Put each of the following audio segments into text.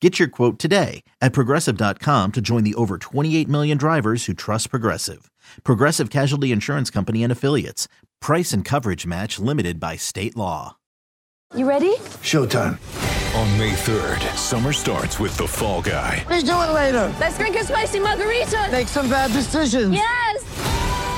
Get your quote today at progressive.com to join the over 28 million drivers who trust Progressive. Progressive Casualty Insurance Company and Affiliates. Price and coverage match limited by state law. You ready? Showtime. On May 3rd, summer starts with The Fall Guy. Let's do it later. Let's drink a spicy margarita. Make some bad decisions. Yes.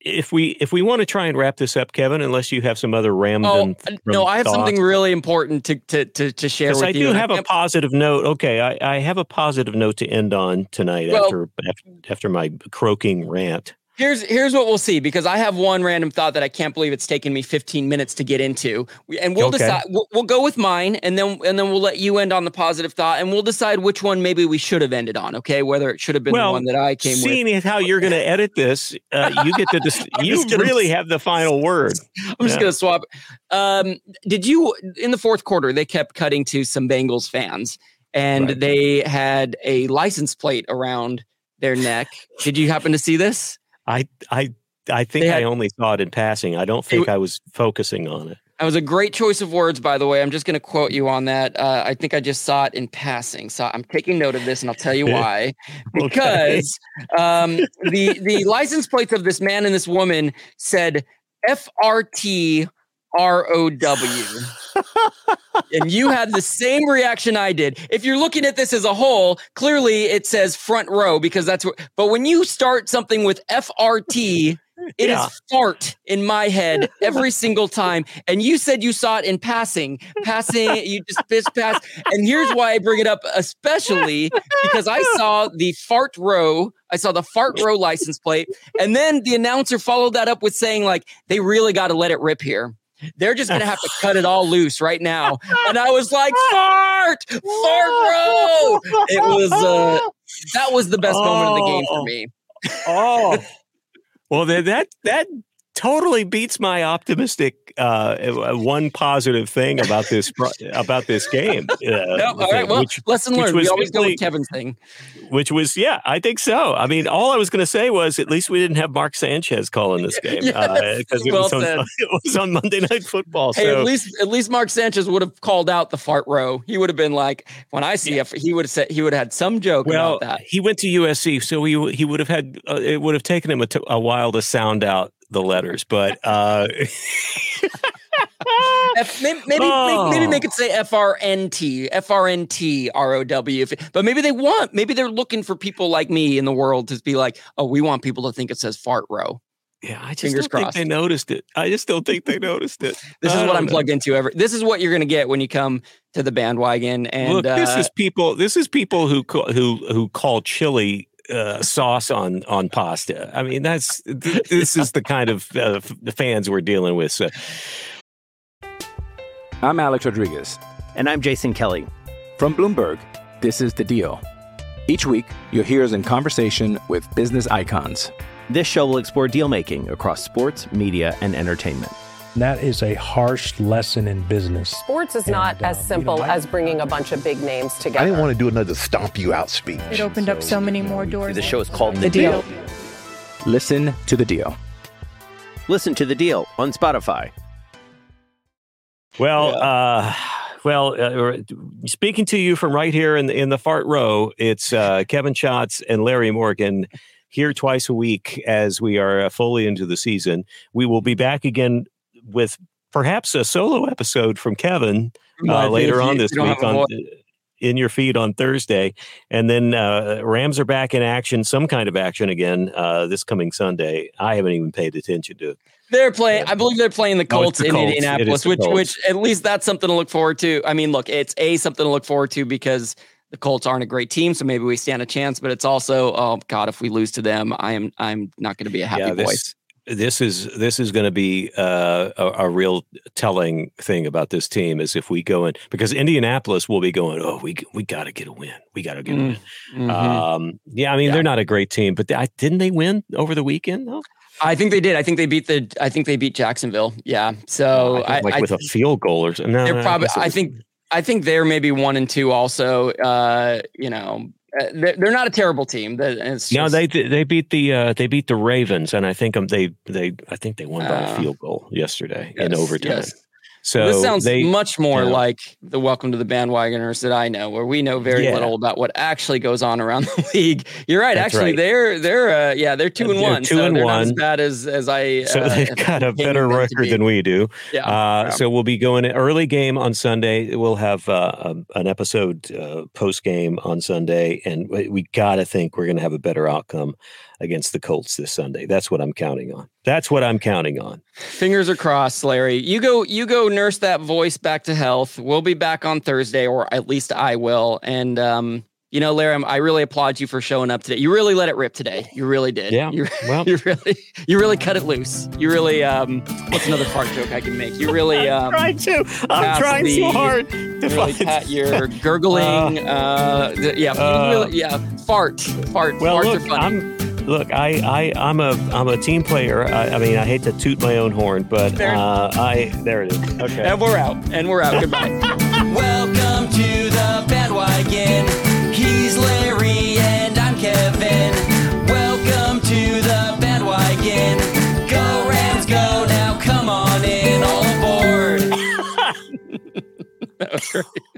if we if we want to try and wrap this up, Kevin, unless you have some other random. Oh no, I have thoughts. something really important to to to, to share with I you. I do have I a positive note. Okay, I, I have a positive note to end on tonight well, after after my croaking rant. Here's here's what we'll see because I have one random thought that I can't believe it's taken me 15 minutes to get into, and we'll okay. decide. We'll, we'll go with mine, and then and then we'll let you end on the positive thought, and we'll decide which one maybe we should have ended on. Okay, whether it should have been well, the one that I came. Seeing with. how you're going to edit this, uh, you get to dis- you gonna, really have the final word. I'm yeah. just going to swap. Um, did you in the fourth quarter? They kept cutting to some Bengals fans, and right. they had a license plate around their neck. did you happen to see this? I I I think had, I only saw it in passing. I don't think it, I was focusing on it. That was a great choice of words, by the way. I'm just going to quote you on that. Uh, I think I just saw it in passing, so I'm taking note of this, and I'll tell you why. Because okay. um, the the license plates of this man and this woman said F R T R O W. and you had the same reaction I did. If you're looking at this as a whole, clearly it says front row because that's what, but when you start something with FRT, it yeah. is fart in my head every single time. And you said you saw it in passing, passing, you just pissed past. And here's why I bring it up, especially because I saw the fart row. I saw the fart row license plate. And then the announcer followed that up with saying, like, they really got to let it rip here. They're just gonna have to cut it all loose right now. And I was like, fart, fart, bro. It was uh, that was the best oh, moment of the game for me. oh, well, then that that totally beats my optimistic uh, one positive thing about this about this game. Uh, no, all right. Well, which, lesson learned. We always really, go with Kevin's thing. Which was, yeah, I think so. I mean, all I was going to say was at least we didn't have Mark Sanchez calling this game because yes, uh, it, well was on, it was on Monday Night Football. Hey, so. at least at least Mark Sanchez would have called out the fart row. He would have been like, when I see yeah. it, he would have said he would have had some joke well, about that. He went to USC, so he he would have had uh, it would have taken him a, t- a while to sound out the letters, but uh, F, maybe, maybe, oh. maybe, make it say FRNT, FRNT, ROW. But maybe they want, maybe they're looking for people like me in the world to be like, oh, we want people to think it says fart row. Yeah, I just Fingers don't crossed. think they noticed it. I just don't think they noticed it. this is what I'm know. plugged into. Ever this is what you're going to get when you come to the bandwagon. And look, this uh, is people. This is people who call, who who call chili uh, sauce on on pasta. I mean, that's th- this is the kind of uh, f- the fans we're dealing with. So. I'm Alex Rodriguez, and I'm Jason Kelly from Bloomberg. This is the Deal. Each week, you'll hear us in conversation with business icons. This show will explore deal making across sports, media, and entertainment. That is a harsh lesson in business. Sports is and, not uh, as simple you know, I, as bringing a bunch of big names together. I didn't want to do another stomp you out speech. It opened so, up so many more doors. The show is called The, the deal. deal. Listen to the deal. Listen to the deal on Spotify. Well, yeah. uh, Well, uh, speaking to you from right here in the, in the fart row, it's uh, Kevin Schatz and Larry Morgan here twice a week as we are uh, fully into the season. We will be back again with perhaps a solo episode from Kevin uh, later on this week on in your feed on Thursday, and then uh, Rams are back in action, some kind of action again uh, this coming Sunday. I haven't even paid attention to it. They're playing. I believe they're playing the Colts, no, the Colts. in Indianapolis, which Colts. which at least that's something to look forward to. I mean, look, it's a something to look forward to because the Colts aren't a great team, so maybe we stand a chance. But it's also, oh God, if we lose to them, I am I'm not going to be a happy yeah, this, boy. This is this is going to be uh, a, a, real telling thing about this team is if we go in because Indianapolis will be going. Oh, we we got to get a win. We got to get mm, a win. Mm-hmm. Um, yeah, I mean yeah. they're not a great team, but they, didn't they win over the weekend though? I think they did. I think they beat the. I think they beat Jacksonville. Yeah. So I, I like I, with uh, I, a field goal or something. No, they're probably. I think. I think they're maybe one and two. Also, uh, you know, they're, they're not a terrible team. Just, no, they they beat the uh, they beat the Ravens, and I think um, they they I think they won by uh, a field goal yesterday yes, in overtime. Yes. So this sounds they, much more you know, like the welcome to the bandwagoners that I know, where we know very yeah. little about what actually goes on around the league. You're right. That's actually, right. they're they're uh, yeah, they're two and they're one. Two so and they're one. Not as bad as as I. So uh, they've got a better record be. than we do. Yeah. Uh, yeah. So we'll be going an early game on Sunday. We'll have um, an episode post game on Sunday, and we, we got to think we're going to have a better outcome against the Colts this Sunday. That's what I'm counting on. That's what I'm counting on. Fingers are crossed, Larry. You go you go nurse that voice back to health. We'll be back on Thursday or at least I will. And um you know, Larry, I'm, i really applaud you for showing up today. You really let it rip today. You really did. Yeah. You, well, you really, you really cut it loose. You really, um, what's another fart joke I can make? You really, um, I'm trying to. I'm trying the, so hard to really cut your gurgling. Uh, uh the, yeah, uh, really, yeah, fart, fart. Well, farts look, are funny. I'm, look, I, I, I'm a, I'm a team player. I, I mean, I hate to toot my own horn, but uh, I, there it is. Okay. and we're out. And we're out. Goodbye. Welcome to the bandwagon. He's Larry and I'm Kevin. Welcome to the bandwagon. Go Rams, go now. Come on in, all aboard. that was great.